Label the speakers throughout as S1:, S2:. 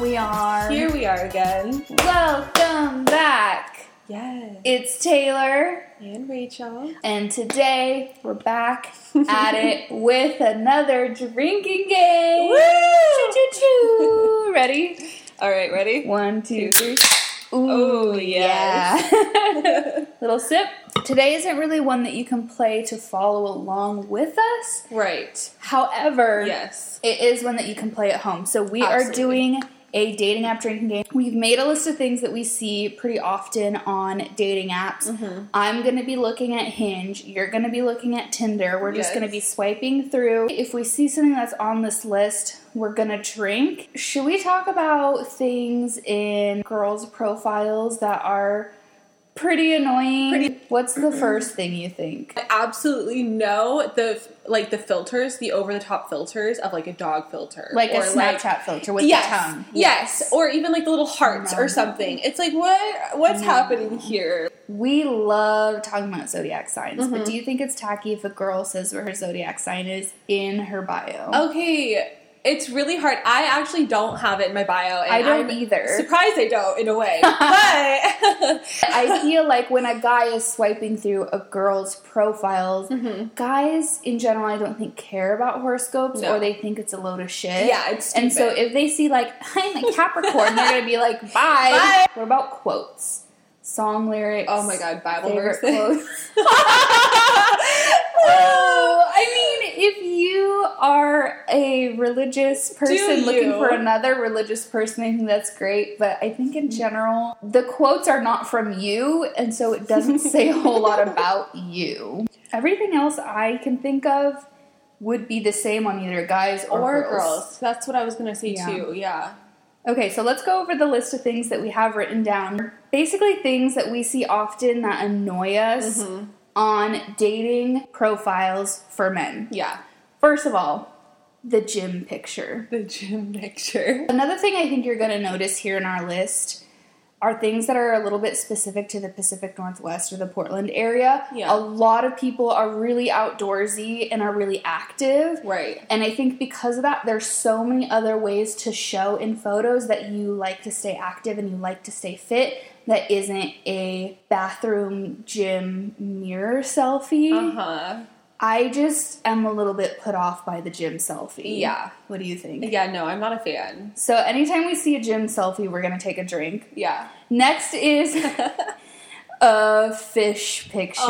S1: we are.
S2: Here we are again.
S1: Welcome back.
S2: Yes.
S1: It's Taylor,
S2: And Rachel.
S1: and today we're back at it with another drinking game.
S2: Woo!
S1: Choo choo choo. Ready?
S2: All right, ready?
S1: One, two, three.
S2: three.
S1: Ooh,
S2: Oh, yes.
S1: yeah. Little sip. Today isn't really one that you can play to follow along with us.
S2: right.
S1: However,
S2: Yes.
S1: It is one that you can play at home. So we are
S2: Absolutely.
S1: doing a dating app drinking game. We've made a list of things that we see pretty often on dating apps.
S2: Mm-hmm.
S1: I'm going to be looking at Hinge. You're going to be looking at Tinder. We're just
S2: Yes.
S1: going to be swiping through. If we see something that's on this list, we're going to drink. Should we talk about things in girls' profiles that are pretty annoying?
S2: Pretty-
S1: What's the first thing you think?
S2: I absolutely know the like the filters, the over the top filters of like a dog filter,
S1: Like a
S2: Or,
S1: Snapchat filter with
S2: yes,
S1: the tongue. Mm-hmm.
S2: yes, or even like the little hearts
S1: No.
S2: or something. It's like what what's
S1: Mm-hmm.
S2: happening here?
S1: We love talking about zodiac signs,
S2: Mm-hmm.
S1: but do you think it's tacky if a girl says what her zodiac sign is in her bio?
S2: Oh, Okay, it's really hard. I actually don't have it in my bio. And
S1: I don't
S2: I'm
S1: either.
S2: Surprised I don't in a way, but
S1: I feel like when a guy is swiping through a girl's profiles,
S2: Mm-hmm.
S1: guys in general, I don't think care about horoscopes
S2: No.
S1: or they think it's a load of shit.
S2: Yeah, it's
S1: and so
S2: stupid.
S1: if they see like I'm a Capricorn, they're gonna be like, bye.
S2: Bye.
S1: What about quotes, song lyrics?
S2: oh my god, Bible
S1: favorite
S2: verses.
S1: quotes. Oh, I mean, if you are a religious person
S2: you?
S1: looking for another religious person, I think that's great. But I think in general, the quotes are not from you, and so it doesn't say a whole lot about you. Everything else I can think of would be the same on either guys or,
S2: or
S1: girls.
S2: girls. That's what I was gonna say
S1: Yeah.
S2: too. Yeah.
S1: Okay, so let's go over the list of things that we have written down. Basically, things that we see often that annoy us on dating profiles for men.
S2: Yeah.
S1: First of all, the gym picture.
S2: The gym picture.
S1: Another thing I think you're going to notice here in our list are things that are a little bit specific to the Pacific Northwest or the Portland area.
S2: Yeah.
S1: A lot of people are really outdoorsy and are really active.
S2: Right.
S1: And I think because of that, there's so many other ways to show in photos that you like to stay active and you like to stay fit that isn't a bathroom gym mirror selfie.
S2: Uh huh.
S1: I just am a little bit put off by the gym selfie.
S2: Yeah.
S1: What do you think?
S2: Yeah, no, I'm not a fan.
S1: So, anytime we see a gym selfie, we're gonna take a drink.
S2: Yeah.
S1: Next is a fish picture.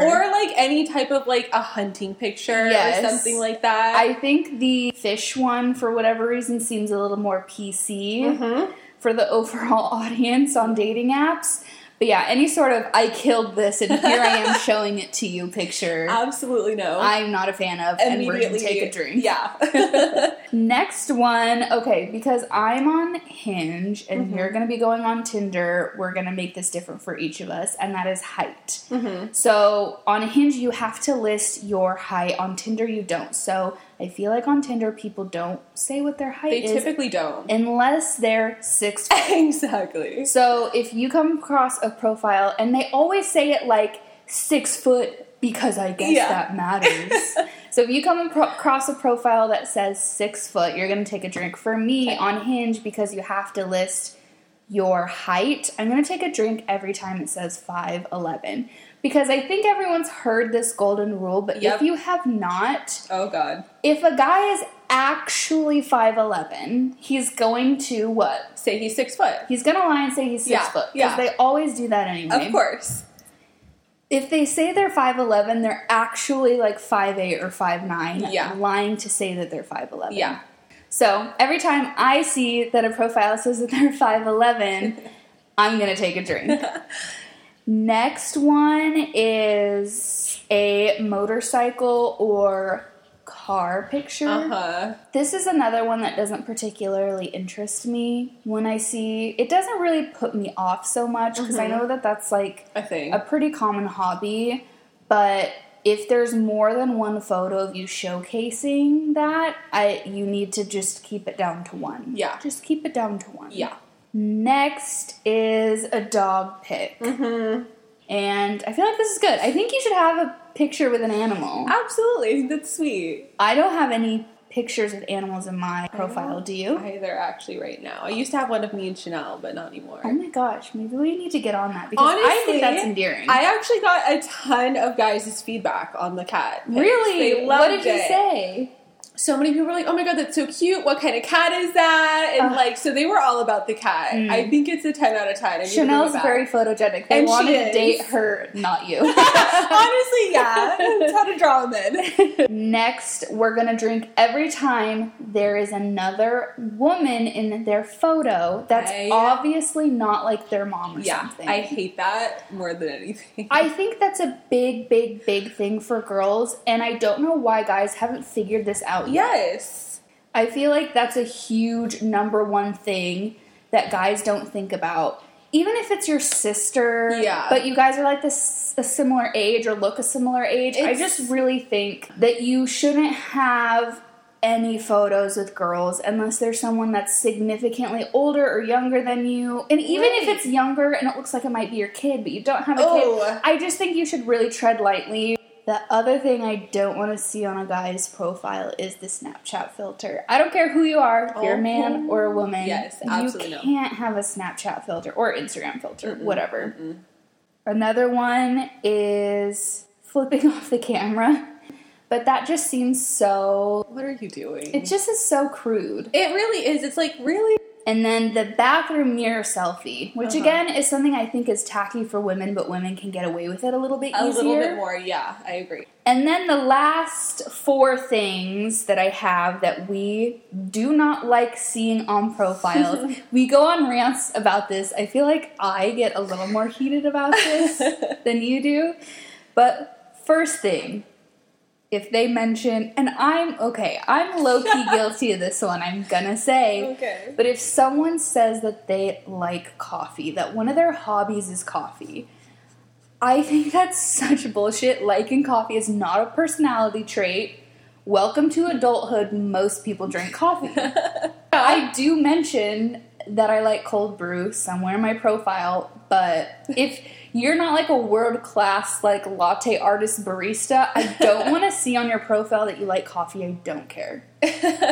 S2: Um, or like any type of like a hunting picture
S1: Yes.
S2: or something like that.
S1: I think the fish one, for whatever reason, seems a little more PC
S2: Mm-hmm.
S1: for the overall audience on dating apps. But yeah, any sort of I killed this and here I am showing it to you picture,
S2: Absolutely no.
S1: I'm not a fan of, and we're gonna take a drink.
S2: Yeah.
S1: Next one, okay, because I'm on Hinge and
S2: Mm-hmm.
S1: you're gonna be going on Tinder, we're gonna make this different for each of us, and that is height.
S2: Mm-hmm.
S1: So on Hinge, you have to list your height. On Tinder, you don't. So I feel like on Tinder, people don't say what their height
S2: they
S1: is
S2: typically don't.
S1: unless they're six. foot.
S2: exactly.
S1: so if you come across a profile and they always say it like six foot because I guess
S2: Yeah.
S1: that matters. so if you come apro- across a profile that says six foot, you're gonna take a drink. For me on Hinge because you have to list your height. I'm gonna take a drink every time it says 5'11 because I think everyone's heard this golden rule, but if
S2: Yep.
S1: you have not,
S2: Oh god.
S1: if a guy is actually 5'11, he's going to what?
S2: Say he's six foot.
S1: He's gonna lie and say he's six
S2: Yeah,
S1: foot because
S2: yeah.
S1: they always do that anyway.
S2: Of course.
S1: If they say they're five eleven, they're actually like five eight or five nine.
S2: Yeah.
S1: lying to say that they're five eleven.
S2: Yeah.
S1: So every time I see that a profile says that they're five eleven, I'm gonna take a drink. Next one is a motorcycle or car picture.
S2: Uh-huh.
S1: This is another one that doesn't particularly interest me. When I see it, doesn't really put me off so much because
S2: Mm-hmm.
S1: I know that that's like
S2: I think.
S1: a pretty common hobby. But if there's more than one photo of you showcasing that, I you need to just keep it down to one.
S2: Yeah.
S1: just keep it down to one.
S2: yeah.
S1: Next is a dog pic,
S2: Mm-hmm.
S1: and I feel like this is good. I think you should have a picture with an animal.
S2: Absolutely. That's sweet.
S1: I don't have any pictures with animals in my profile, do you?
S2: Either actually, right now. I used to have one of me and Chanel, but not anymore.
S1: oh my gosh, maybe we need to get on that because I think
S2: Honestly,
S1: that's endearing.
S2: I actually got a ton of guys' feedback on the cat. pics.
S1: really?
S2: They
S1: What
S2: loved
S1: did you
S2: it.
S1: say?
S2: So many people were like, "Oh my god, that's so cute! What kind of cat is that?" And
S1: Ugh.
S2: like, so they were all about the cat.
S1: Mm.
S2: I think it's a ten out of ten. I need to bring it
S1: Chanel's
S2: back.
S1: very photogenic. They
S2: And she
S1: want to
S2: is.
S1: date her, not you.
S2: honestly, yeah. That's how to draw them in.
S1: Next, we're gonna drink every time there is another woman in their photo that's
S2: I-
S1: obviously not like their mom or
S2: yeah,
S1: something.
S2: I hate that more than anything.
S1: I think that's a big, big, big thing for girls, and I don't know why guys haven't figured this out yet.
S2: yes.
S1: I feel like that's a huge number one thing that guys don't think about. Even if it's your sister,
S2: Yeah.
S1: but you guys are like this a similar age or look a similar age. I
S2: It's-
S1: just really think that you shouldn't have any photos with girls unless there's someone that's significantly older or younger than you. And even if
S2: Right.
S1: it's younger and it looks like it might be your kid, but you don't have a
S2: Oh.
S1: kid, I just think you should really tread lightly. The other thing I don't want to see on a guy's profile is the Snapchat filter. I don't care who you are, if you're a man or a woman.
S2: Oh, Yes, absolutely
S1: You
S2: no.
S1: can't have a Snapchat filter or Instagram filter, whatever. Another one is flipping off the camera. But that just seems so
S2: What are you doing?
S1: it just is so crude.
S2: it really is. It's like really.
S1: And then the bathroom mirror selfie, which
S2: Uh-huh.
S1: again is something I think is tacky for women, but women can get away with it a little bit
S2: A
S1: easier.
S2: little bit more, yeah, I agree.
S1: And then the last four things that I have that we do not like seeing on profiles. we go on rants about this. I feel like I get a little more heated about this than you do. But first thing, if they mention, and I'm okay, I'm low key guilty of this one, I'm gonna say.
S2: Okay.
S1: But if someone says that they like coffee, that one of their hobbies is coffee, I think that's such bullshit. Liking coffee is not a personality trait. Welcome to adulthood. Most people drink coffee. I do mention that I like cold brew somewhere in my profile, but if you're not like a world class like latte artist barista, I don't want to see on your profile that you like coffee. I don't care.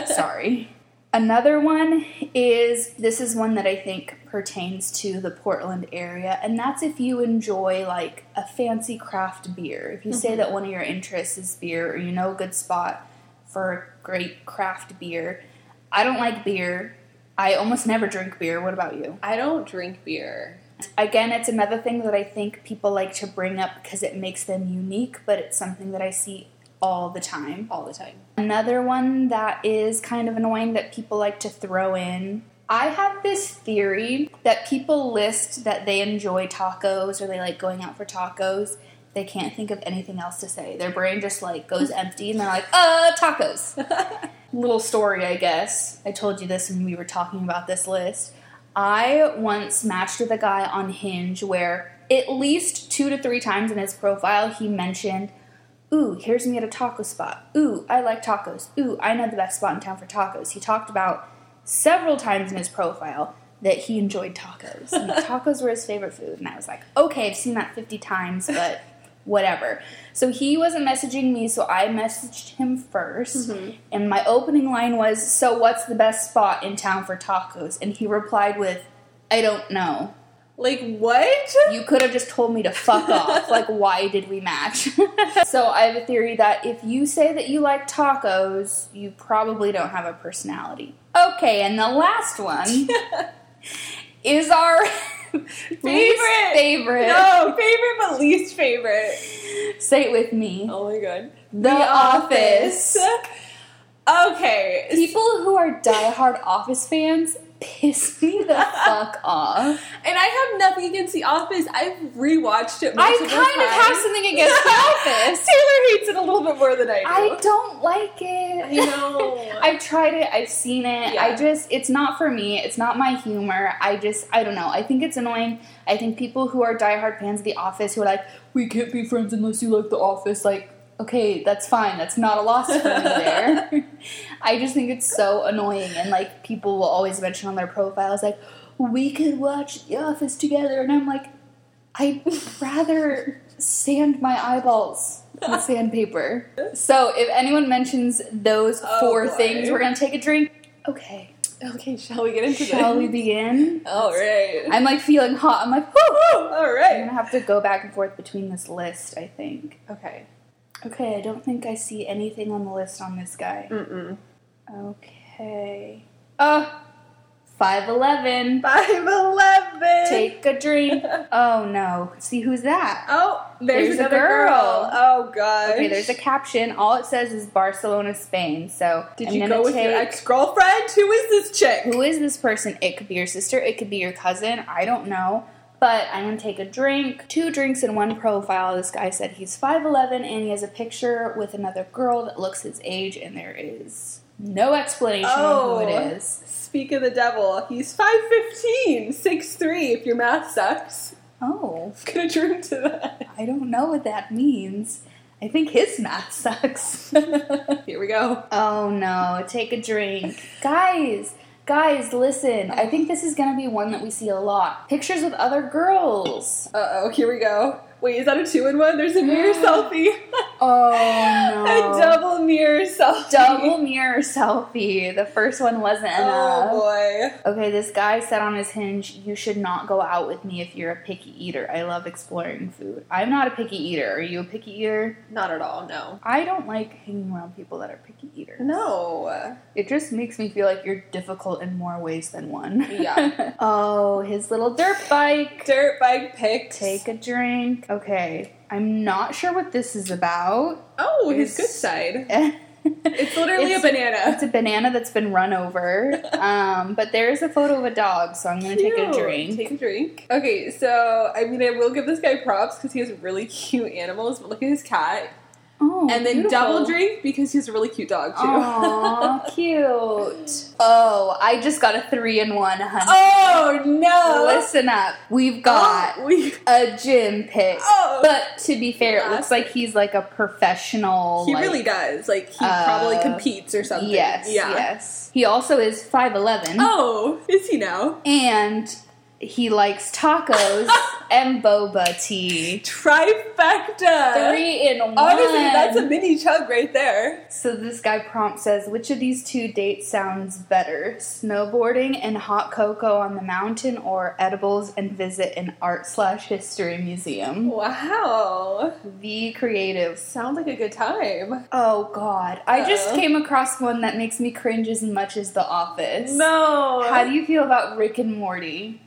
S1: Sorry. Another one is this is one that I think pertains to the Portland area, and that's if you enjoy like a fancy craft beer. If you say that one of your interests is beer, or you know a good spot for a great craft beer. I don't like beer. I almost never drink beer. What about you?
S2: I don't drink beer.
S1: Again, it's another thing that I think people like to bring up because it makes them unique, but it's something that I see all the time.
S2: all the time.
S1: Another one that is kind of annoying that people like to throw in. I have this theory that people list that they enjoy tacos or they like going out for tacos. They can't think of anything else to say. Their brain just like goes empty and they're like, uh, tacos. Little story, I guess. I told you this when we were talking about this list. I once matched with a guy on Hinge where at least two to three times in his profile he mentioned Ooh, here's me at a taco spot. Ooh, I like tacos. Ooh, I know the best spot in town for tacos. He talked about several times in his profile that he enjoyed tacos. and tacos were his favorite food. And I was like, okay, I've seen that 50 times, but whatever. So he wasn't messaging me, so I messaged him 1st And my opening line was, So what's the best spot in town for tacos? And he replied with, I don't know.
S2: Like what?
S1: You could have just told me to fuck off. Like, why did we match? so, I have a theory that if you say that you like tacos, you probably don't have a personality. Okay, and the last one is our least
S2: Favorite.
S1: favorite.
S2: No, favorite but least favorite.
S1: Say it with me.
S2: Oh my god.
S1: The, Office.
S2: okay.
S1: People who are diehard Office fans piss me the fuck off.
S2: And I have nothing against The Office. I've rewatched it multiple
S1: I kind of have
S2: times.
S1: something against The Office.
S2: Taylor hates it a little bit more than I do.
S1: I don't like it.
S2: I know.
S1: I've tried it. I've seen it. I
S2: Yeah.
S1: just, it's not for me. It's not my humor. I just, I don't know. I think it's annoying. I think people who are diehard fans of The Office who are like, we can't be friends unless you like The Office, like, okay, that's fine. That's not a loss for me there. I just think it's so annoying. And like, people will always mention on their profiles, like, we could watch The Office together. And I'm like, I'd rather sand my eyeballs. and sandpaper. So if anyone mentions those
S2: Oh,
S1: four
S2: boy.
S1: things, we're gonna take a drink. Okay.
S2: Okay, shall we get into
S1: Shall
S2: this?
S1: we begin?
S2: All right.
S1: I'm like feeling hot. I'm like, whoo!
S2: All
S1: I'm
S2: right.
S1: gonna have to go back and forth between this list, I think.
S2: Okay.
S1: Okay, I don't think I see anything on the list on this guy.
S2: Mm-mm.
S1: Okay. Oh, 5'11.
S2: Five eleven.
S1: Take a drink. Oh no. See, who's that?
S2: Oh, there's,
S1: There's a
S2: another girl.
S1: girl.
S2: Oh gosh.
S1: Okay, there's a caption. All it says is Barcelona, Spain. So
S2: Did
S1: I'm
S2: you
S1: gonna
S2: go with your
S1: take-
S2: ex girlfriend? Who is this chick?
S1: who is this person? It could be your sister, it could be your cousin, I don't know. But I'm gonna take a drink, two drinks in one profile. This guy said he's 5'11 and he has a picture with another girl that looks his age, and there is no explanation of who
S2: Oh.
S1: it is.
S2: Speak of the devil. He's 5'15, 6'3 if your math sucks.
S1: Oh,
S2: I'm gonna drink to that.
S1: I don't know what that means. I think his math sucks.
S2: Here we go.
S1: oh no, take a drink. Guys, guys, listen. I think this is gonna be one that we see a lot. Pictures with other girls.
S2: Uh oh, here we go. Wait, is that a two in one? There's a mirror selfie.
S1: Oh no.
S2: a double mirror selfie.
S1: double mirror selfie. The first one wasn't enough.
S2: Oh boy.
S1: Okay, this guy said on his hinge, You should not go out with me if you're a picky eater. I love exploring food. I'm not a picky eater. Are you a picky eater?
S2: Not at all, no.
S1: I don't like hanging around people that are picky eaters.
S2: No.
S1: It just makes me feel like you're difficult in more ways than one.
S2: Yeah.
S1: oh, his little dirt bike.
S2: Dirt bike pics.
S1: Take a drink. Okay, I'm not sure what this is about.
S2: Oh,
S1: There's-
S2: his good side.
S1: it's
S2: It's literally a banana.
S1: It's a banana that's been run over. Um, but there is a photo of a dog, so I'm gonna take a
S2: Cute.
S1: drink.
S2: Take a drink. Okay, so I mean, I will give this guy props because he has really cute animals. But look at his cat,
S1: oh,
S2: and then double drink because he has a really cute dog too.
S1: Aw, cute. Oh, I just got a three in one, honey.
S2: oh no!
S1: Listen up. We've got
S2: Oh, we-
S1: a gym pick.
S2: Oh.
S1: But to be fair, it looks
S2: Yeah.
S1: like he's like a professional.
S2: he
S1: like-
S2: really does. Like he
S1: uh,
S2: probably competes or something.
S1: Yes,
S2: Yeah.
S1: yes. He also is 5'11.
S2: Oh, is he now?
S1: And he likes tacos and boba tea.
S2: Trifecta.
S1: Three in one.
S2: Honestly, that's a mini chug right there.
S1: So this guy prompt says, which of these two dates sounds better? Snowboarding and hot cocoa on the mountain or edibles and visit an art slash history museum?
S2: Wow.
S1: The creative.
S2: Sounds like a good time.
S1: Oh god. I just
S2: Uh-oh.
S1: came across one that makes me cringe as much as The Office.
S2: No.
S1: How do you feel about Rick and Morty?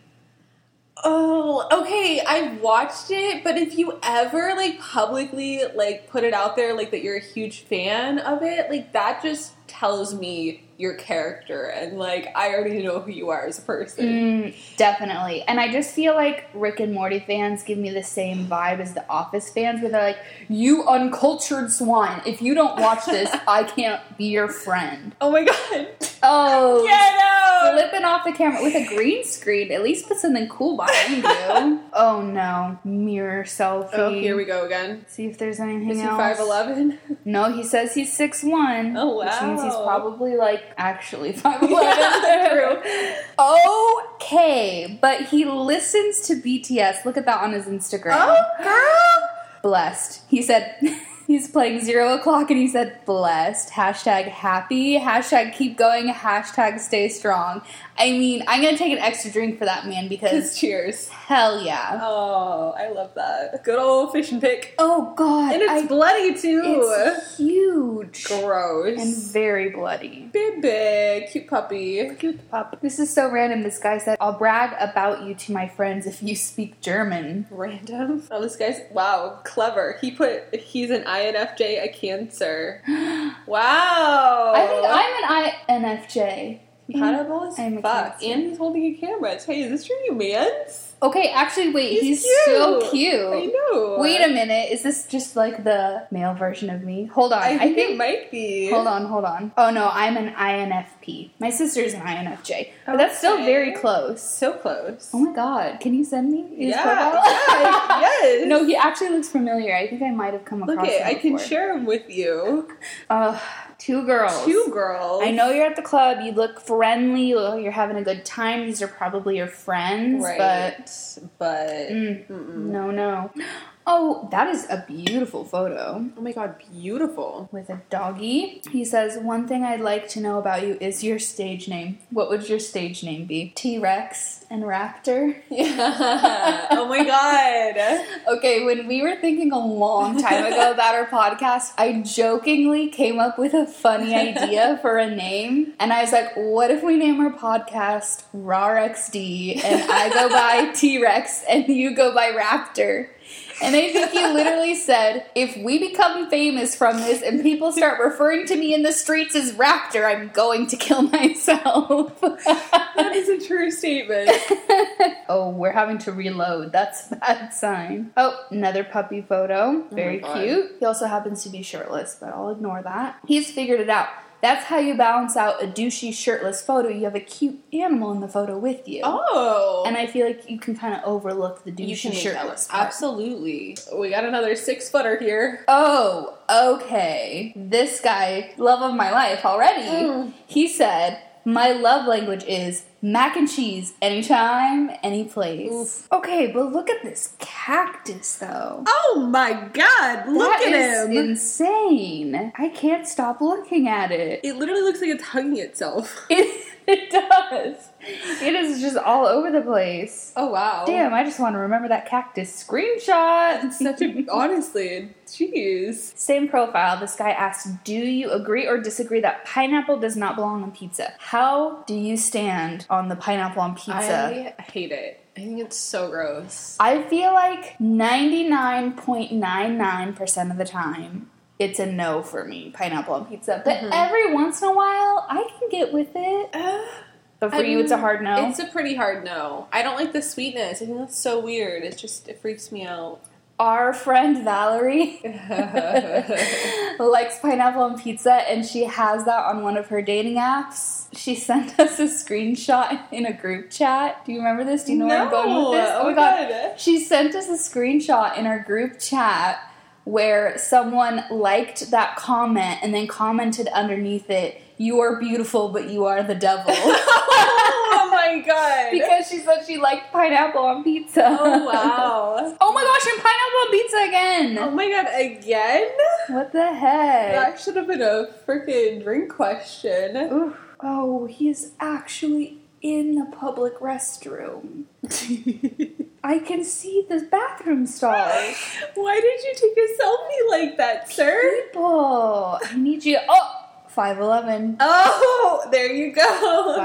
S2: Oh, okay. I've watched it, but if you ever like publicly like put it out there like that you're a huge fan of it, like that just tells me your character and like I already know who you are as a person.
S1: Mm, definitely. And I just feel like Rick and Morty fans give me the same vibe as the Office fans, where they're like, You uncultured swine. If you don't watch this, I can't be your friend.
S2: Oh my god.
S1: Oh,
S2: Get out!
S1: flipping off the camera with a green screen. At least put something cool behind you. oh no. Mirror selfie.
S2: Oh, here we go again.
S1: See if there's anything
S2: Is he
S1: else.
S2: 5'11?
S1: No, he says he's six one.
S2: Oh,
S1: Which means he's
S2: wow.
S1: probably like actually five
S2: Yeah,
S1: eleven. True. Okay, but he listens to BTS. Look at that on his Instagram.
S2: Oh. girl!
S1: Blessed. He said he's playing zero o'clock, and he said blessed. Hashtag happy. Hashtag keep going. Hashtag stay strong. I mean, I'm gonna take an extra drink for that man because
S2: Because cheers.
S1: hell yeah.
S2: Oh, I love that. Good old fish and pick.
S1: Oh god,
S2: And it's
S1: I-
S2: bloody too.
S1: it's huge
S2: Gross.
S1: and very bloody.
S2: Bibby, cute puppy.
S1: Cute pup. This is so random. This guy said, I'll brag about you to my friends if you speak German.
S2: Random. Oh, this guy's wow, clever. He put he's an INFJ, a Cancer. Wow.
S1: I think I'm an INFJ. Mm-hmm.
S2: Compatible as
S1: I'm a
S2: fuck.
S1: Cancer.
S2: And he's holding a camera. Hey, is this for you, man's?
S1: Okay, actually, wait, he's,
S2: He's
S1: so
S2: cute. I
S1: cute.
S2: know.
S1: Oh. Wait a minute, is this just like the male version of me? Hold on,
S2: I
S1: I,
S2: think, it
S1: think.
S2: might be.
S1: Hold on, hold on. Oh no, I'm an INFP. My sister's an INFJ. But that's still
S2: Okay.
S1: very close.
S2: So close.
S1: Oh my god, can you send me his
S2: yeah.
S1: profile?
S2: yeah, yes.
S1: No, he actually looks familiar. I think I might have come across
S2: Look it,
S1: him
S2: I can
S1: before.
S2: share him with you.
S1: Ugh, two girls.
S2: Two girls.
S1: I know you're at the club, you look friendly, you look- you're having a good time, these are probably your friends,
S2: right.
S1: but
S2: But,
S1: mm,
S2: mm-mm.
S1: no, no. Oh, that is a beautiful photo.
S2: Oh my god, beautiful.
S1: With a doggy. He says, One thing I'd like to know about you is your stage name. What would your stage name be? T Rex and Raptor?
S2: Yeah. oh my god.
S1: Okay, when we were thinking a long time ago about our podcast, I jokingly came up with a funny idea for a name. And I was like, what if we name our podcast RARXD and I go by T Rex and you go by Raptor? And I think you literally said, if we become famous from this and people start referring to me in the streets as Raptor, I'm going to kill myself.
S2: That is a true statement.
S1: oh, we're having to reload. That's a bad sign. Oh, another puppy photo. Very
S2: Oh God.
S1: cute. He also happens to be shirtless, but I'll ignore that. He's figured it out. That's how you balance out a douchey shirtless photo. You have a cute animal in the photo with you.
S2: Oh.
S1: And I feel like you can kind of overlook the
S2: you
S1: douchey
S2: can
S1: shirtless
S2: shirtless.
S1: part.
S2: Absolutely. We got another six footer here.
S1: Oh, okay. This guy, love of my life already.
S2: Mm.
S1: He said, My love language is mac and cheese anytime, any place.
S2: Oof.
S1: Okay, but look at this cactus though.
S2: Oh my god,
S1: That is insane. I can't stop looking at it.
S2: it literally looks like it's hugging itself.
S1: It, it does. It is just all over the place.
S2: Oh wow.
S1: Damn, I just want to remember that cactus screenshot.
S2: Such a honestly, jeez.
S1: Same profile, this guy asked, Do you agree or disagree that pineapple does not belong on pizza? How do you stand on the pineapple on pizza?
S2: I hate it. I think it's so gross.
S1: I, feel like 99.99% of the time, it's a no for me, pineapple on pizza. But
S2: Mm-hmm.
S1: every once in a while, I can get with it.
S2: uh,
S1: But for
S2: I
S1: you, it's a
S2: mean,
S1: hard no.
S2: It's a pretty hard no. I don't like the sweetness. I think that's so weird. It just it freaks me out.
S1: Our friend Valerie
S2: Oh
S1: likes pineapple on pizza and she has that on one of her dating apps. She sent us a screenshot in a group chat. Do you remember this? Do you know where I'm going with this?
S2: No. Oh my God.
S1: She sent us a screenshot in our group chat where someone liked that comment and then commented underneath it, You are beautiful, but you are the devil.
S2: oh my god.
S1: because she said she liked pineapple on pizza.
S2: oh wow.
S1: Oh my gosh, I'm pineapple on pizza again!
S2: Oh my god, again?
S1: What the heck?
S2: That should have been a freaking drink question.
S1: Oof. Oh, he's actually in the public restroom. I can see the bathroom stalls.
S2: Why did you take a selfie like that, sir?
S1: People, I need you. Oh, 5'11.
S2: Oh, there you go.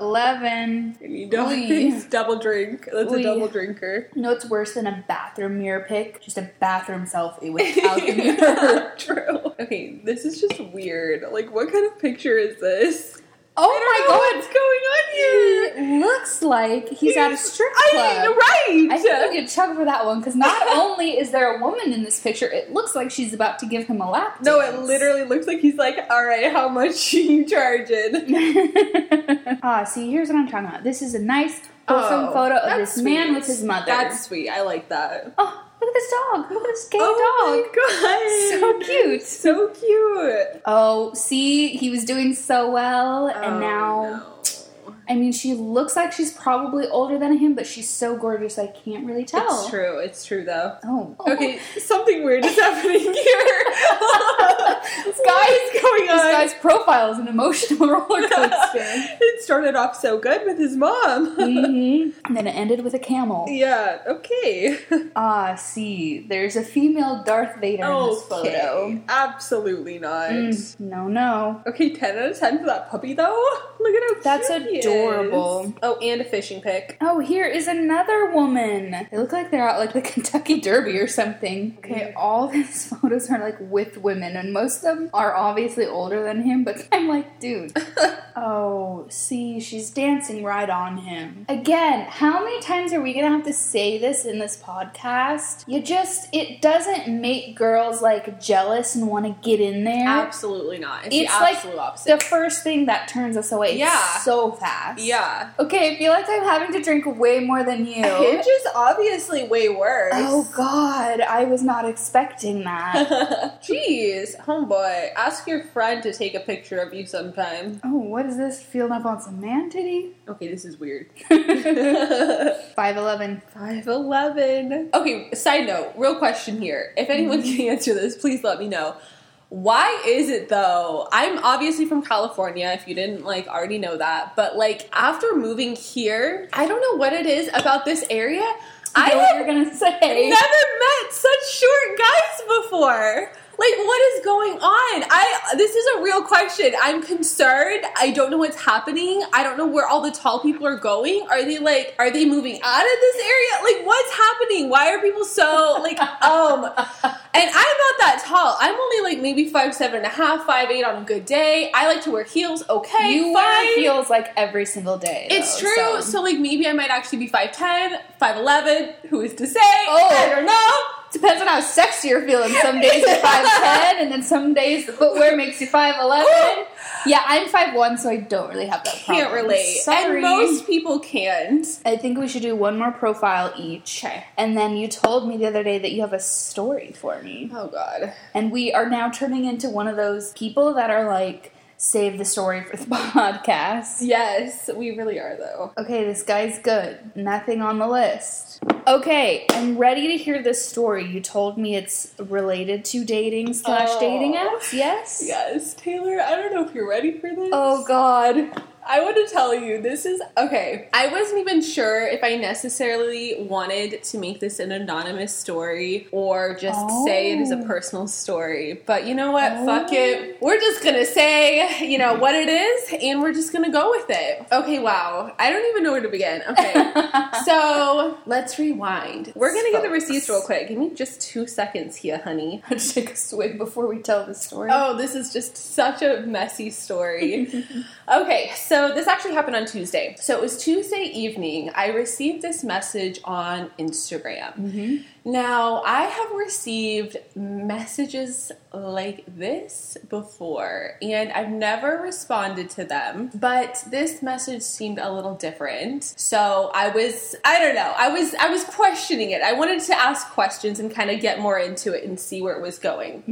S1: 5'11.
S2: You
S1: Oy.
S2: don't double drink. That's
S1: Oy.
S2: a double drinker.
S1: You know what's worse than a bathroom mirror pic? Just a bathroom selfie without the mirror.
S2: True. Okay, this is just weird. Like, what kind of picture is this? I don't know
S1: Oh my god!
S2: what's going on here?
S1: He looks like he's at a strip
S2: I
S1: club.
S2: right.
S1: I think we could chug for that one because not only is there a woman in this picture, it looks like she's about to give him a lap.
S2: no, it
S1: dance.
S2: literally looks like he's like, all right, how much you charging?
S1: ah, see, here's what I'm talking about. This is a nice, wholesome
S2: Oh,
S1: photo of
S2: that's
S1: this man
S2: sweet.
S1: with his mother.
S2: That's sweet. I like that.
S1: oh, look at this dog. Look at this gay
S2: oh
S1: dog.
S2: my god!
S1: So cute.
S2: So cute.
S1: Oh, see, he was doing so well, and now.
S2: Oh, no.
S1: I mean, she looks like she's probably older than him, but she's so gorgeous, I can't really tell.
S2: it's true. It's true though.
S1: Oh,
S2: Okay, something weird is happening here.
S1: This
S2: What
S1: guy's
S2: is going
S1: this
S2: on?
S1: guy's profile is an emotional roller coaster.
S2: it started off so good with his mom.
S1: Mhm. And then it ended with a camel.
S2: yeah. Okay.
S1: Ah, see, there's a female Darth Vader in this photo.
S2: Okay. Oh, Absolutely not.
S1: Mm, no, no.
S2: Okay, ten out of ten for that puppy though. Look at how
S1: That's
S2: cute he is.
S1: adorable.
S2: Oh, and a fishing pick.
S1: Oh, here is another woman. They look like they're out like the Kentucky Derby or something. Okay, all these photos are like with women, and most of them are obviously older than him, but I'm like, dude. oh, see, she's dancing right on him. Again, how many times are we gonna have to say this in this podcast? You just, it doesn't make girls like jealous and wanna get in there.
S2: Absolutely not. It's,
S1: It's
S2: the
S1: like
S2: absolute opposite.
S1: The first thing that turns us away
S2: Yeah.
S1: so fast.
S2: yeah.
S1: Okay, I feel like I'm having to drink way more than you.
S2: Hinge is obviously way worse.
S1: Oh god, I was not expecting that.
S2: Jeez, homeboy, ask your friend to take a picture of you sometime.
S1: Oh, what is this? Feeling up on some man titty?
S2: Okay, this is weird.
S1: 5'11.
S2: 5'11. Okay, side note, real question here. If anyone can answer this, please let me know. Why is it though? I'm obviously from California, if you didn't like already know that, but like after moving here, I don't know what it is about this area. I
S1: I know what
S2: have
S1: you're gonna say.
S2: never met such short guys before. Like, what is going on? I this is a real question. I'm concerned. I don't know what's happening. I don't know where all the tall people are going. Are they like are they moving out of this area? Like, what's happening? Why are people so like um and I'm not that tall. I'm only like maybe five seven and a half, five eight on a good day. I like to wear heels, okay.
S1: you
S2: fine.
S1: wear heels like every single day.
S2: It's
S1: though,
S2: true. So. like maybe I might actually be 5'10, 5'11. Who is to say?
S1: Oh.
S2: I don't know.
S1: Depends on how sexy you're feeling. Some days you're five ten, and then some days the footwear makes you five eleven. Yeah, I'm five one, so I don't really have that. Problem.
S2: Can't relate.
S1: Sorry.
S2: And most people can't.
S1: I think we should do one more profile each.
S2: Okay.
S1: And then you told me the other day that you have a story for me,
S2: Oh god.
S1: and we are now turning into one of those people that are like, save the story for the podcast.
S2: Yes, we really are though.
S1: Okay, this guy's good. Nothing on the list. Okay, I'm ready to hear this story. You told me it's related to dating slash
S2: Oh.
S1: dating apps. Yes.
S2: Yes, Taylor, I don't know if you're ready for this.
S1: Oh God.
S2: I want to tell you, this is okay. I wasn't even sure if I necessarily wanted to make this an anonymous story or just say it is a
S1: Oh.
S2: personal story. But you know what?
S1: Oh.
S2: Fuck it. We're just gonna say, you know, what it is and we're just gonna go with it. Okay, wow. I don't even know where to begin. Okay. so let's rewind. We're gonna get the
S1: Folks.
S2: receipts real quick. Give me just two seconds here, honey.
S1: Let's take a swig before we tell the story.
S2: Oh, this is just such a messy story. okay, so this actually happened on Tuesday. So it was Tuesday evening. I received this message on Instagram. Now, I have received messages like this before, and I've never responded to them, but this message seemed a little different. So I was, I don't know, I was, I was questioning it. I wanted to ask questions and kind of get more into it and see where it was going.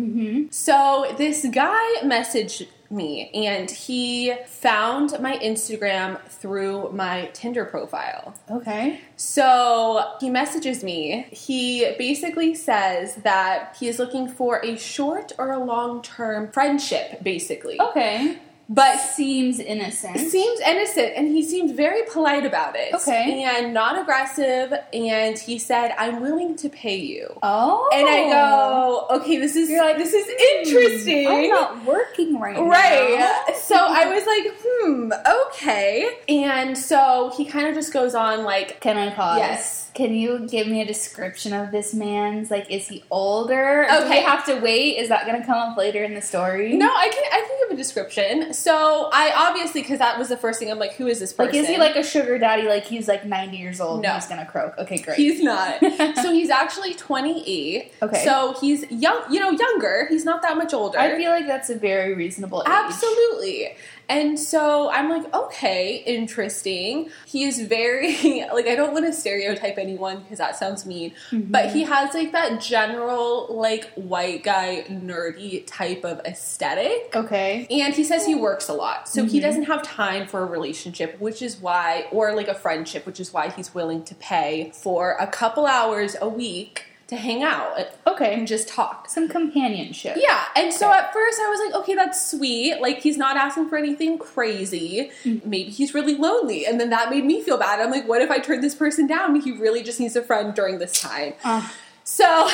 S2: So this guy messaged me and he found my Instagram through my Tinder profile.
S1: Okay.
S2: So he messages me. He basically says that he is looking for a short or a long term friendship, basically.
S1: Oh. Okay.
S2: But
S1: Seems innocent.
S2: he seems innocent and he seemed very polite about it.
S1: Okay.
S2: And non aggressive. And he said, I'm willing to pay you.
S1: oh.
S2: And I go, okay, this is
S1: You're like, hmm,
S2: this is interesting.
S1: I'm not working right, now.
S2: Right. So I was like, hmm, okay. And so he kind of just goes on like,
S1: Can I pause?
S2: Yes.
S1: Can you give me a description of this man's? Like, is he older? Or Do we
S2: Okay.
S1: have to wait? Is that going to come up later in the story?
S2: no, I can I can give a description. So I obviously because that was the first thing I'm like, who is this person?
S1: Like, is he like a sugar daddy? Like, he's like 90 years old
S2: No.
S1: and he's going to croak. Okay, great.
S2: He's not. so he's actually 28.
S1: Okay.
S2: So he's young, you know, younger. He's not that much older.
S1: I feel like that's a very reasonable age.
S2: Absolutely. And so I'm like, okay, interesting. He is very, like, I don't want to stereotype anyone because that sounds mean, but he has like that general, like, white guy, nerdy type of aesthetic.
S1: Okay.
S2: And he says he works a lot. So he doesn't have time for a relationship, which is why, or like a friendship, which is why he's willing to pay for a couple hours a week to hang out
S1: Okay.
S2: and just talk.
S1: Some companionship.
S2: Yeah, and so at first I was like, okay, that's sweet. Like he's not asking for anything crazy. Maybe he's really lonely, and then that made me feel bad. I'm like, what if I turn this person down? He really just needs a friend during this time.
S1: Uh,
S2: So,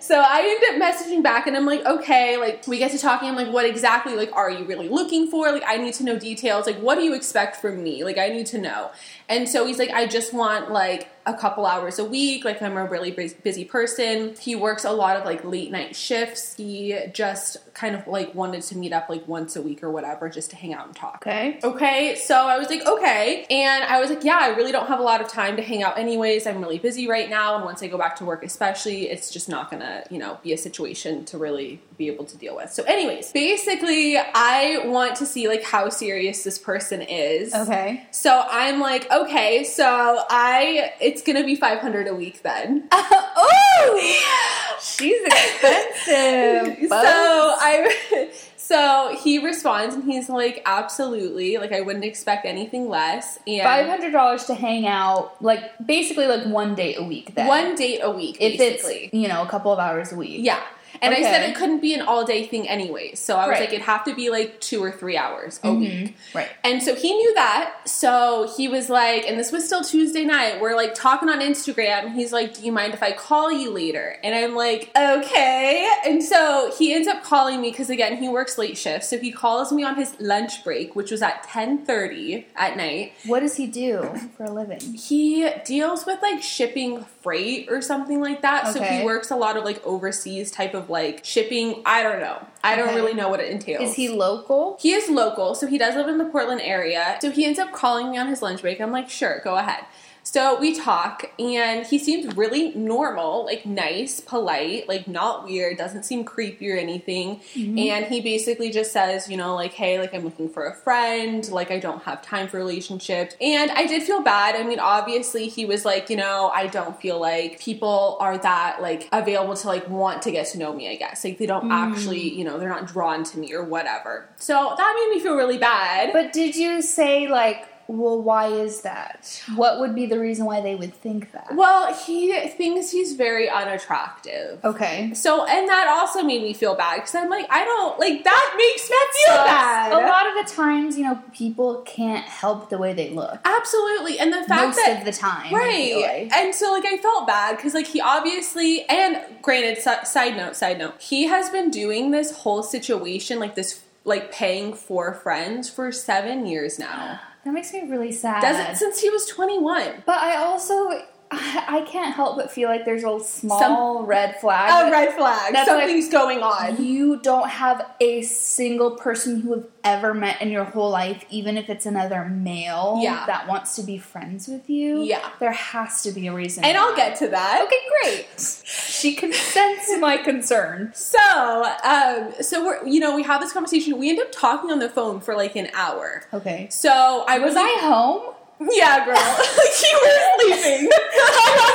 S2: so I ended up messaging back, and I'm like, okay, like we get to talking. I'm like, what exactly? Like, are you really looking for? Like, I need to know details. Like, what do you expect from me? Like, I need to know. And so he's like, I just want like a couple hours a week. Like, I'm a really bus- busy person. He works a lot of like late night shifts. He just kind of like wanted to meet up like once a week or whatever, just to hang out and talk.
S1: okay.
S2: Okay, so I was like, okay. And I was like, yeah, I really don't have a lot of time to hang out anyways. I'm really busy right now. And once I go back to work, especially, it's just not gonna, you know, be a situation to really be able to deal with. So, anyways, basically, I want to see like how serious this person is.
S1: Okay.
S2: So I'm like, okay, so I, it's gonna be 500 a week then.
S1: oh!
S2: She
S1: She's expensive.
S2: so
S1: Buzz.
S2: I so he responds and he's like, absolutely, like I wouldn't expect anything less. And
S1: five hundred dollars to hang out, like basically like one date a week. Then
S2: one date a week,
S1: if
S2: basically.
S1: it's you know a couple of hours a week.
S2: yeah. And I said
S1: Okay.
S2: it couldn't be an all day thing anyway. So I was
S1: Right.
S2: like, it'd have to be like two or three hours a week.
S1: right.
S2: And so he knew that. So he was like, and this was still Tuesday night. We're like talking on Instagram. He's like, Do you mind if I call you later? And I'm like, Okay. And so he ends up calling me because again, he works late shifts. So he calls me on his lunch break, which was at 10:30 at night.
S1: What does he do for a living?
S2: He deals with like shipping freight or something like that. So
S1: Okay.
S2: he works a lot of like overseas type of like shipping. I don't know. I don't
S1: Okay.
S2: really know what it entails.
S1: Is he local?
S2: He is local, so he does live in the Portland area. So he ends up calling me on his lunch break. I'm like, sure, go ahead. So we talk, and he seems really normal, like nice, polite, like not weird, doesn't seem creepy or anything.
S1: Mm-hmm.
S2: And he basically just says, you know, like, hey, like I'm looking for a friend, like I don't have time for relationships. And I did feel bad. I mean, obviously, he was like, you know, I don't feel like people are that like available to like want to get to know me, I guess. Like they don't actually,
S1: Mm.
S2: you know, they're not drawn to me or whatever. So that made me feel really bad.
S1: But did you say like, well, why is that? What would be the reason why they would think that?
S2: well, he thinks he's very unattractive.
S1: Okay.
S2: So, and that also made me feel bad because I'm like, I don't like that makes me feel bad.
S1: A lot of the times, you know, people can't help the way they look.
S2: Absolutely, and the fact
S1: Most
S2: that
S1: of the time, I feel
S2: Right.
S1: like.
S2: And so, like, I felt bad because, like, he obviously, and granted, si- side note, side note, he has been doing this whole situation, like, this, like, paying for friends for seven years now.
S1: That makes me really sad.
S2: Doesn't, since he was 21.
S1: But I also, I can't help but feel like there's a small red flag. that
S2: red flag.
S1: That's
S2: Something's going on.
S1: You don't have a single person you have ever met in your whole life, even if it's another male
S2: Yeah.
S1: that wants to be friends with you.
S2: Yeah.
S1: There has to be a reason.
S2: And I'll
S1: why.
S2: get to that.
S1: Okay, great. she can sense my concern.
S2: So, um, so we're, you know, we have this conversation. We end up talking on the phone for like an hour.
S1: Okay.
S2: So I was,
S1: Was I home?
S2: like, yeah, girl, you were sleeping.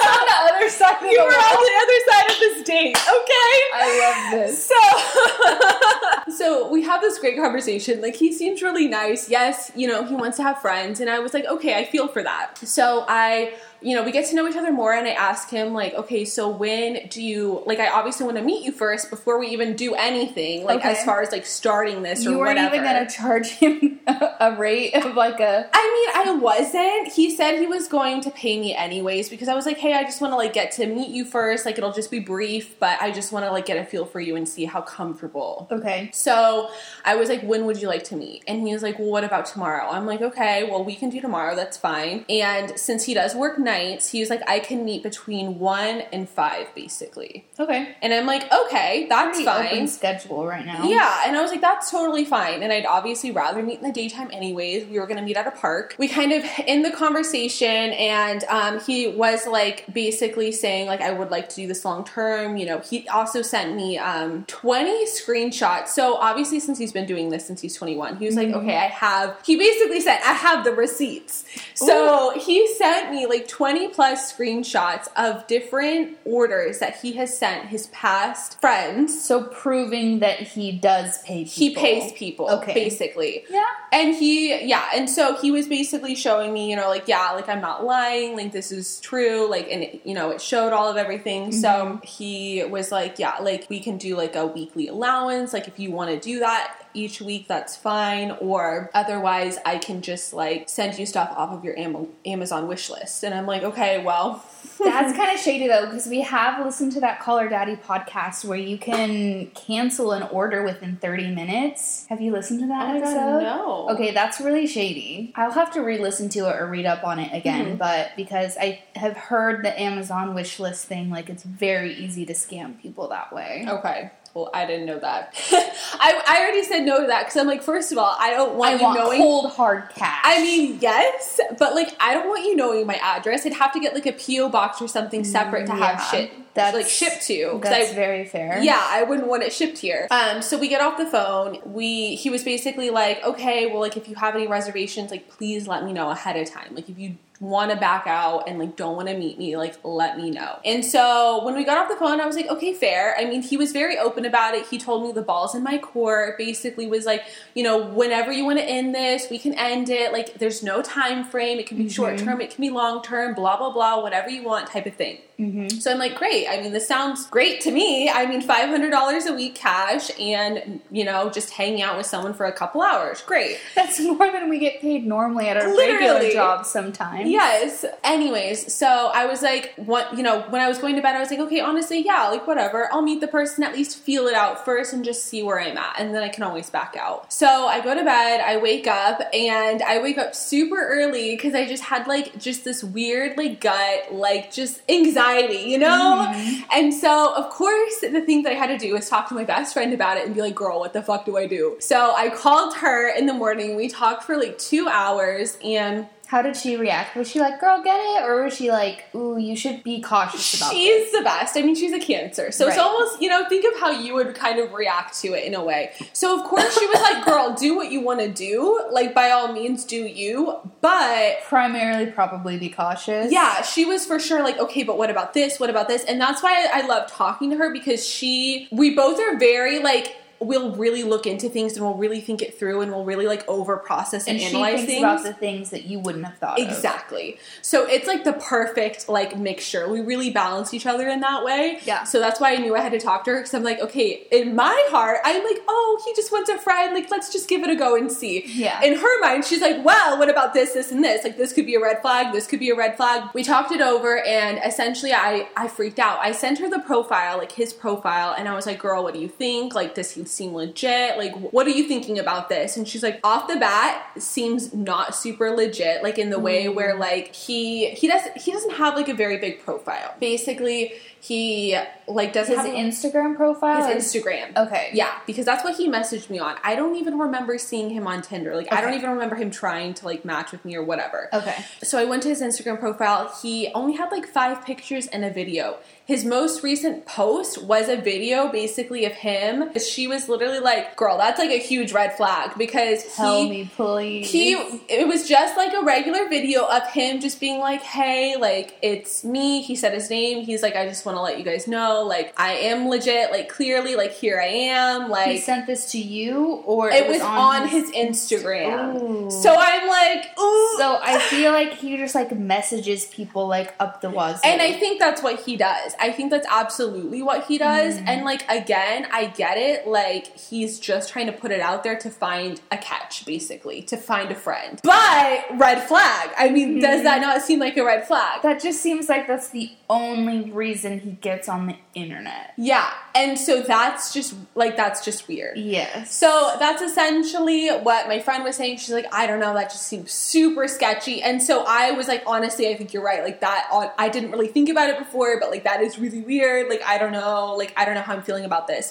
S1: On the other side of
S2: You
S1: the
S2: were
S1: world.
S2: on the other side of this date, okay?
S1: I love this.
S2: So, so we have this great conversation. Like he seems really nice. Yes, you know he wants to have friends, and I was like, okay, I feel for that. So I, you know, we get to know each other more, and I ask him like, okay, so when do you like? I obviously want to meet you first before we even do anything, like
S1: Okay.
S2: as far as like starting this
S1: You
S2: or
S1: weren't
S2: whatever.
S1: even gonna charge him a rate of like a.
S2: I mean, I wasn't. He said he was going to pay me anyways because I was like, hey, I just want to like get to meet you first. Like it'll just be brief, but I just want to like get a feel for you and see how comfortable.
S1: Okay.
S2: So I was like, when would you like to meet? And he was like, well, what about tomorrow? I'm like, okay, well, we can do tomorrow. That's fine. And since he does work nights, he was like, I can meet between one and five, basically.
S1: Okay.
S2: And I'm like, okay, that's
S1: Pretty
S2: fine.
S1: open schedule right now.
S2: Yeah, and I was like, that's totally fine. And I'd obviously rather meet in the daytime, anyways. We were gonna meet at a park. We kind of in the conversation, and um, he was like basically saying like, I would like to do this long term. You know, he also sent me um, 20 screenshots. So obviously, since he's been doing this since he's 21, he was like, okay, I have. He basically said, I have the receipts. So he sent me like 20 plus screenshots of different orders that he has sent his past friends
S1: So proving that he does pay people.
S2: he pays people
S1: Okay.
S2: basically
S1: Yeah.
S2: and he yeah and so he was basically showing me you know like yeah like i'm not lying like this is true like and it, you know it showed all of everything so
S1: Mm-hmm.
S2: he was like yeah like we can do like a weekly allowance like if you want to do that each week that's fine or otherwise i can just like send you stuff off of your Am- amazon wish list and i'm like okay well
S1: That's kind of shady though, because we have listened to that Caller Daddy podcast where you can cancel an order within 30 minutes. Have you listened to that
S2: Oh my God,
S1: episode?
S2: no.
S1: Okay, that's really shady. I'll have to re listen to it or read up on it again,
S2: Mm-hmm.
S1: but because I have heard the Amazon wish list thing, like it's very easy to scam people that way.
S2: Okay. Well, I didn't know that. I, I already said no to that because I'm like, first of all, I don't want
S1: I
S2: you
S1: want
S2: knowing.
S1: cold hard cash.
S2: I mean, yes, but like, I don't want you knowing my address. I'd have to get like a PO box or something separate to
S1: Mm, Yeah.
S2: have shit
S1: That's
S2: like shipped to. 'cause
S1: That's
S2: I-
S1: very fair.
S2: yeah, I wouldn't want it shipped here. Um, so we get off the phone. We he was basically like, okay, well, like if you have any reservations, like please let me know ahead of time. Like if you want to back out and like don't want to meet me, like let me know. And so when we got off the phone, I was like, okay, fair. I mean, he was very open about it. He told me the balls in my court. Basically, was like, you know, whenever you want to end this, we can end it. Like there's no time frame. It can be short term. It can be long term. Blah blah blah. Whatever you want, type of thing.
S1: hmm
S2: Mm-hmm. So I'm like, great. I mean, this sounds great to me. I mean, $500 a week cash and, you know, just hanging out with someone for a couple hours. Great.
S1: That's more than we get paid normally at our regular
S2: Literally.
S1: jobs sometimes.
S2: Yes. Anyways, so I was like, what, you know, when I was going to bed, I was like, okay, honestly, yeah, like whatever. I'll meet the person, at least feel it out first and just see where I'm at. And then I can always back out. So I go to bed, I wake up, and I wake up super early because I just had like just this weird, like gut, like just anxiety, you know? And so, of course, the thing that I had to do was talk to my best friend about it and be like, girl, what the fuck do I do? So I called her in the morning. We talked for like two hours and
S1: How did she react? Was she like, girl, get it? Or was she like, ooh, you should be cautious about this?
S2: she's the best. I mean, she's a cancer. So it's
S1: Right.
S2: almost, you know, think of how you would kind of react to it in a way. So, of course, she was like, girl, do what you want to do. Like, by all means, do you. But
S1: Primarily, probably be cautious.
S2: yeah, she was for sure like, okay, but what about this? What about this? And that's why I, I love talking to her because she, we both are very like, we'll really look into things and we'll really think it through and we'll really like over process
S1: And
S2: and,
S1: she
S2: analyze
S1: thinks
S2: things.
S1: about the things that you wouldn't have thought of.
S2: Exactly. So it's like the perfect like mixture. We really balance each other in that way.
S1: Yeah.
S2: So that's why I knew I had to talk to her because I'm like, okay, in my heart, I'm like, oh, he just wants a friend. Like, let's just give it a go and see.
S1: Yeah.
S2: In her mind, she's like, well, what about this, this, and this? Like, this could be a red flag. This could be a red flag. We talked it over, and essentially, I I freaked out. I sent her the profile, like his profile, and I was like, girl, what do you think? Like, does he seem legit? Like, what are you thinking about this? And she's like, off the bat, seems not super legit. Like in the way where like he he does he doesn't have like a very big profile. Basically, he like doesn't
S1: His
S2: have
S1: Instagram profile?
S2: his
S1: is-
S2: Instagram.
S1: Okay.
S2: Yeah, because that's what he messaged me on. I don't even remember seeing him on Tinder. Like, I don't
S1: Okay.
S2: even remember him trying to like match with me or whatever.
S1: Okay.
S2: So I went to his Instagram profile. He only had like five pictures and a video. His most recent post was a video basically of him. She was literally like, girl, that's like a huge red flag because
S1: Tell
S2: he
S1: me, please.
S2: he it was just like a regular video of him just being like hey like it's me he said his name he's like i just want to let you guys know like i am legit like clearly like here i am like
S1: he sent this to you, or
S2: it was on, his, instagram
S1: Ooh.
S2: so i'm like ooh
S1: So I feel like he just like messages people like up the wazoo.
S2: And I think that's what he does. I think that's absolutely what he does. And like again, I get it. Like he's just trying to put it out there to find a catch, basically, to find a friend. But red flag. I mean, does that not seem like a red flag?
S1: that just seems like that's the only reason he gets on the internet.
S2: Yeah. And so that's just like that's just weird.
S1: Yes.
S2: So that's essentially what my friend was saying. She's like, I don't know, that just seems super sketchy. And so I was like, honestly, I think you're right. Like that, on, I didn't really think about it before, but like that is really weird. Like I don't know, like I don't know how I'm feeling about this.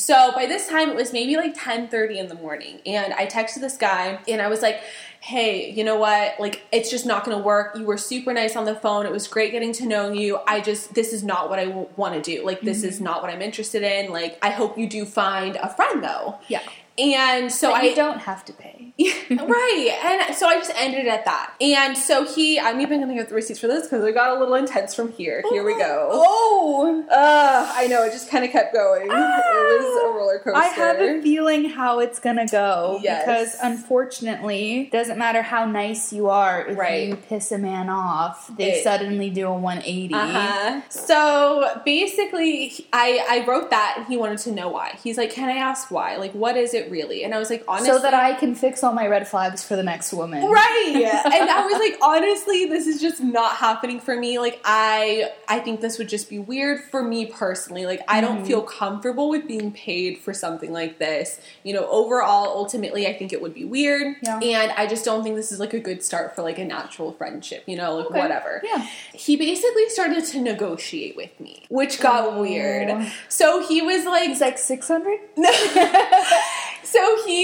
S2: So by this time, it was maybe like 10:30 in the morning, and I texted this guy, and I was like. Hey, you know what? Like, it's just not gonna work. You were super nice on the phone. It was great getting to know you. I just, this is not what I w- wanna do. Like, this is not what I'm interested in. Like, I hope you do find a friend though.
S1: yeah.
S2: And so
S1: But
S2: I
S1: you don't have to pay.
S2: right, and so I just ended at that. And so he, I'm even gonna go through receipts for this because it got a little intense from here. Here we go.
S1: Oh,
S2: Ugh, I know it just kind of kept going. It was a roller coaster.
S1: Ah. I have a feeling how it's gonna go
S2: Yes.
S1: because unfortunately, doesn't matter how nice you are if
S2: Right.
S1: you piss a man off, they
S2: It-
S1: suddenly do a 180.
S2: Uh-huh. So basically, he- I I wrote that, and he wanted to know why. He's like, "Can I ask why? Like, what is it really?" And I was like, "Honestly,
S1: So that I can fix all my red flags for the next woman.
S2: right and i was like honestly this is just not happening for me like i i think this would just be weird for me personally like i
S1: Mm-hmm.
S2: don't feel comfortable with being paid for something like this you know overall ultimately i think it would be weird
S1: Yeah.
S2: and i just don't think this is like a good start for like a natural friendship you know like
S1: Okay.
S2: whatever
S1: Yeah.
S2: he basically started to negotiate with me which got
S1: Oh.
S2: weird so he was like
S1: He's like 600?
S2: so he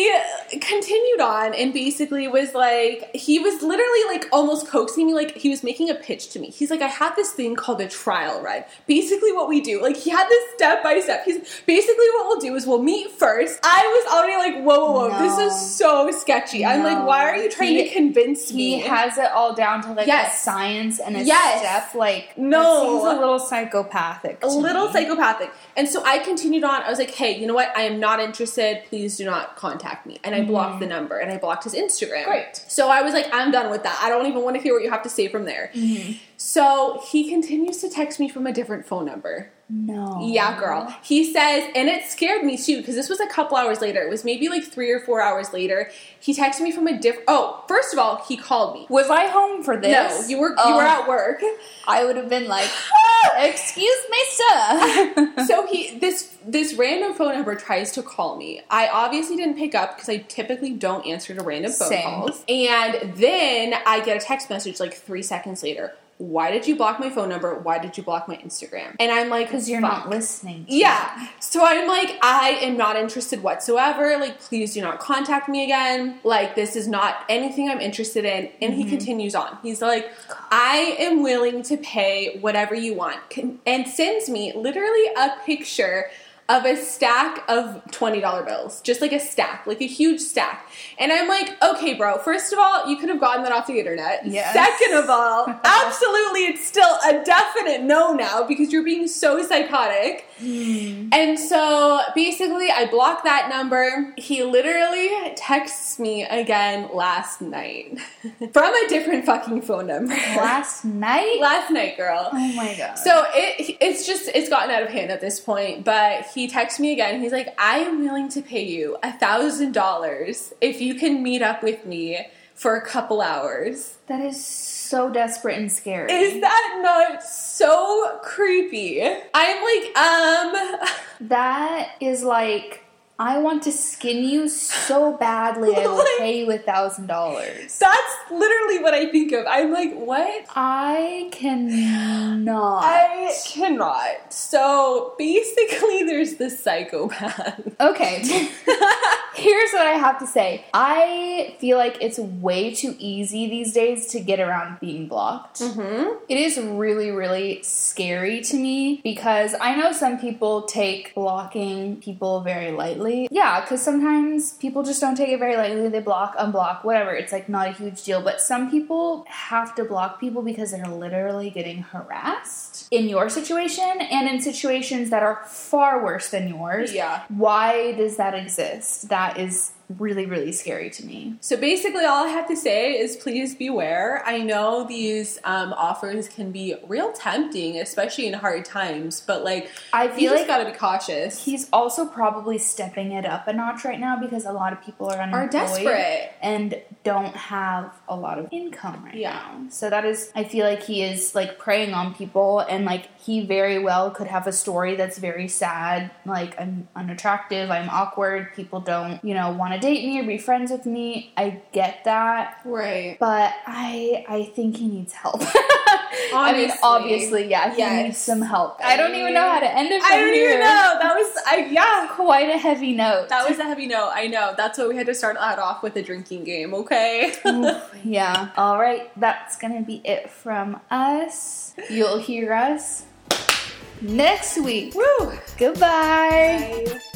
S2: continued on on and basically was like, he was literally like almost coaxing me, like he was making a pitch to me. He's like, I have this thing called a trial run. Basically, what we do, like he had this step by step. He's basically what we'll do is we'll meet first. I was already like, whoa, whoa, whoa,
S1: No.
S2: this is so sketchy. I'm like,
S1: No.
S2: why are you trying
S1: He-
S2: to convince
S1: He
S2: me?
S1: has it all down to like
S2: Yes.
S1: a science and a
S2: Yes.
S1: step. Like
S2: No.
S1: that seems a little psychopathic.
S2: a
S1: to
S2: little
S1: me.
S2: psychopathic. And so I continued on. I was like, hey, you know what? I am not interested. Please do not contact me. And I blocked the number and I blocked his Instagram.
S1: Mm-hmm. Great.
S2: So I was like, I'm done with that. I don't even want to hear what you have to say from there.
S1: Mm-hmm.
S2: So he continues to text me from a different phone number.
S1: No.
S2: Yeah, girl. He says, and it scared me too because this was a couple hours later. It was maybe like three or four hours later. He texted me from a different. Oh, first of all, he called me.
S1: Was I home for this?
S2: No, you were you
S1: Oh,
S2: were at work.
S1: I would have been like, "Ah, excuse me, sir.
S2: so he this this random phone number tries to call me. I obviously didn't pick up because I typically don't answer to random phone
S1: Same.
S2: calls. And then I get a text message like three seconds later. Why did you block my phone number? Why did you block my Instagram? And I'm like,
S1: Because you're
S2: "Fuck."
S1: not listening. to
S2: Yeah. So I'm like, I am not interested whatsoever. Like, please do not contact me again. Like, this is not anything I'm interested in. And he continues on. He's like, I am willing to pay whatever you want. Con- And sends me literally a picture of a stack of $20 bills. Just like a stack, like a huge stack. And I'm like, okay, bro, first of all, you could have gotten that off the internet.
S1: Yes.
S2: Second of all, absolutely, it's still a definite no now because you're being so psychotic. And so basically, I block that number. He literally texts me again last night from a different fucking phone number.
S1: Last night?
S2: last night, girl.
S1: oh my god.
S2: So it it's just it's gotten out of hand at this point. But he texts me again. He's like, "I am willing to pay you a thousand dollars if you can meet up with me for a couple hours."
S1: that is so desperate and scary.
S2: Is that not so creepy? I'm like, um.
S1: that is like I want to skin you so badly I will
S2: Like-
S1: pay you a thousand dollars.
S2: That's literally what I think of. I'm like, what?
S1: I cannot.
S2: I cannot. So basically, there's this psychopath.
S1: Okay. Here's what I have to say. I feel like it's way too easy these days to get around being blocked.
S2: Mm-hmm.
S1: It is really, really scary to me because I know some people take blocking people very lightly. Yeah, because sometimes people just don't take it very lightly. They block, unblock, whatever. It's like not a huge deal. But some people have to block people because they're literally getting harassed in your situation and in situations that are far worse than yours.
S2: Yeah.
S1: Why does that exist? That is really, really scary to me.
S2: So basically, all I have to say is please beware. I know these um, offers can be real tempting, especially in hard times, but like,
S1: I
S2: you
S1: feel like
S2: just gotta be cautious.
S1: He's also probably stepping it up a notch right now because a lot of people are unemployed
S2: Are desperate.
S1: and don't have a lot of income right
S2: Yeah.
S1: now. So that is I feel like he is like preying on people and like he very well could have a story that's very sad, like I'm unattractive, I'm awkward, people don't, you know, want to date me or be friends with me. I get that.
S2: Right.
S1: But I I think he needs help. I mean,
S2: Obviously.
S1: obviously, yeah, he
S2: Yes.
S1: needs some help. eh? I don't even know how to end it. From
S2: I don't
S1: here
S2: even know. That was, I, yeah.
S1: quite a heavy note.
S2: That was a heavy note. I know. That's why we had to start that off with a drinking game, okay?
S1: Oof, yeah. All right, that's gonna be it from us. You'll hear us next week.
S2: Woo!
S1: Goodbye.
S2: Bye.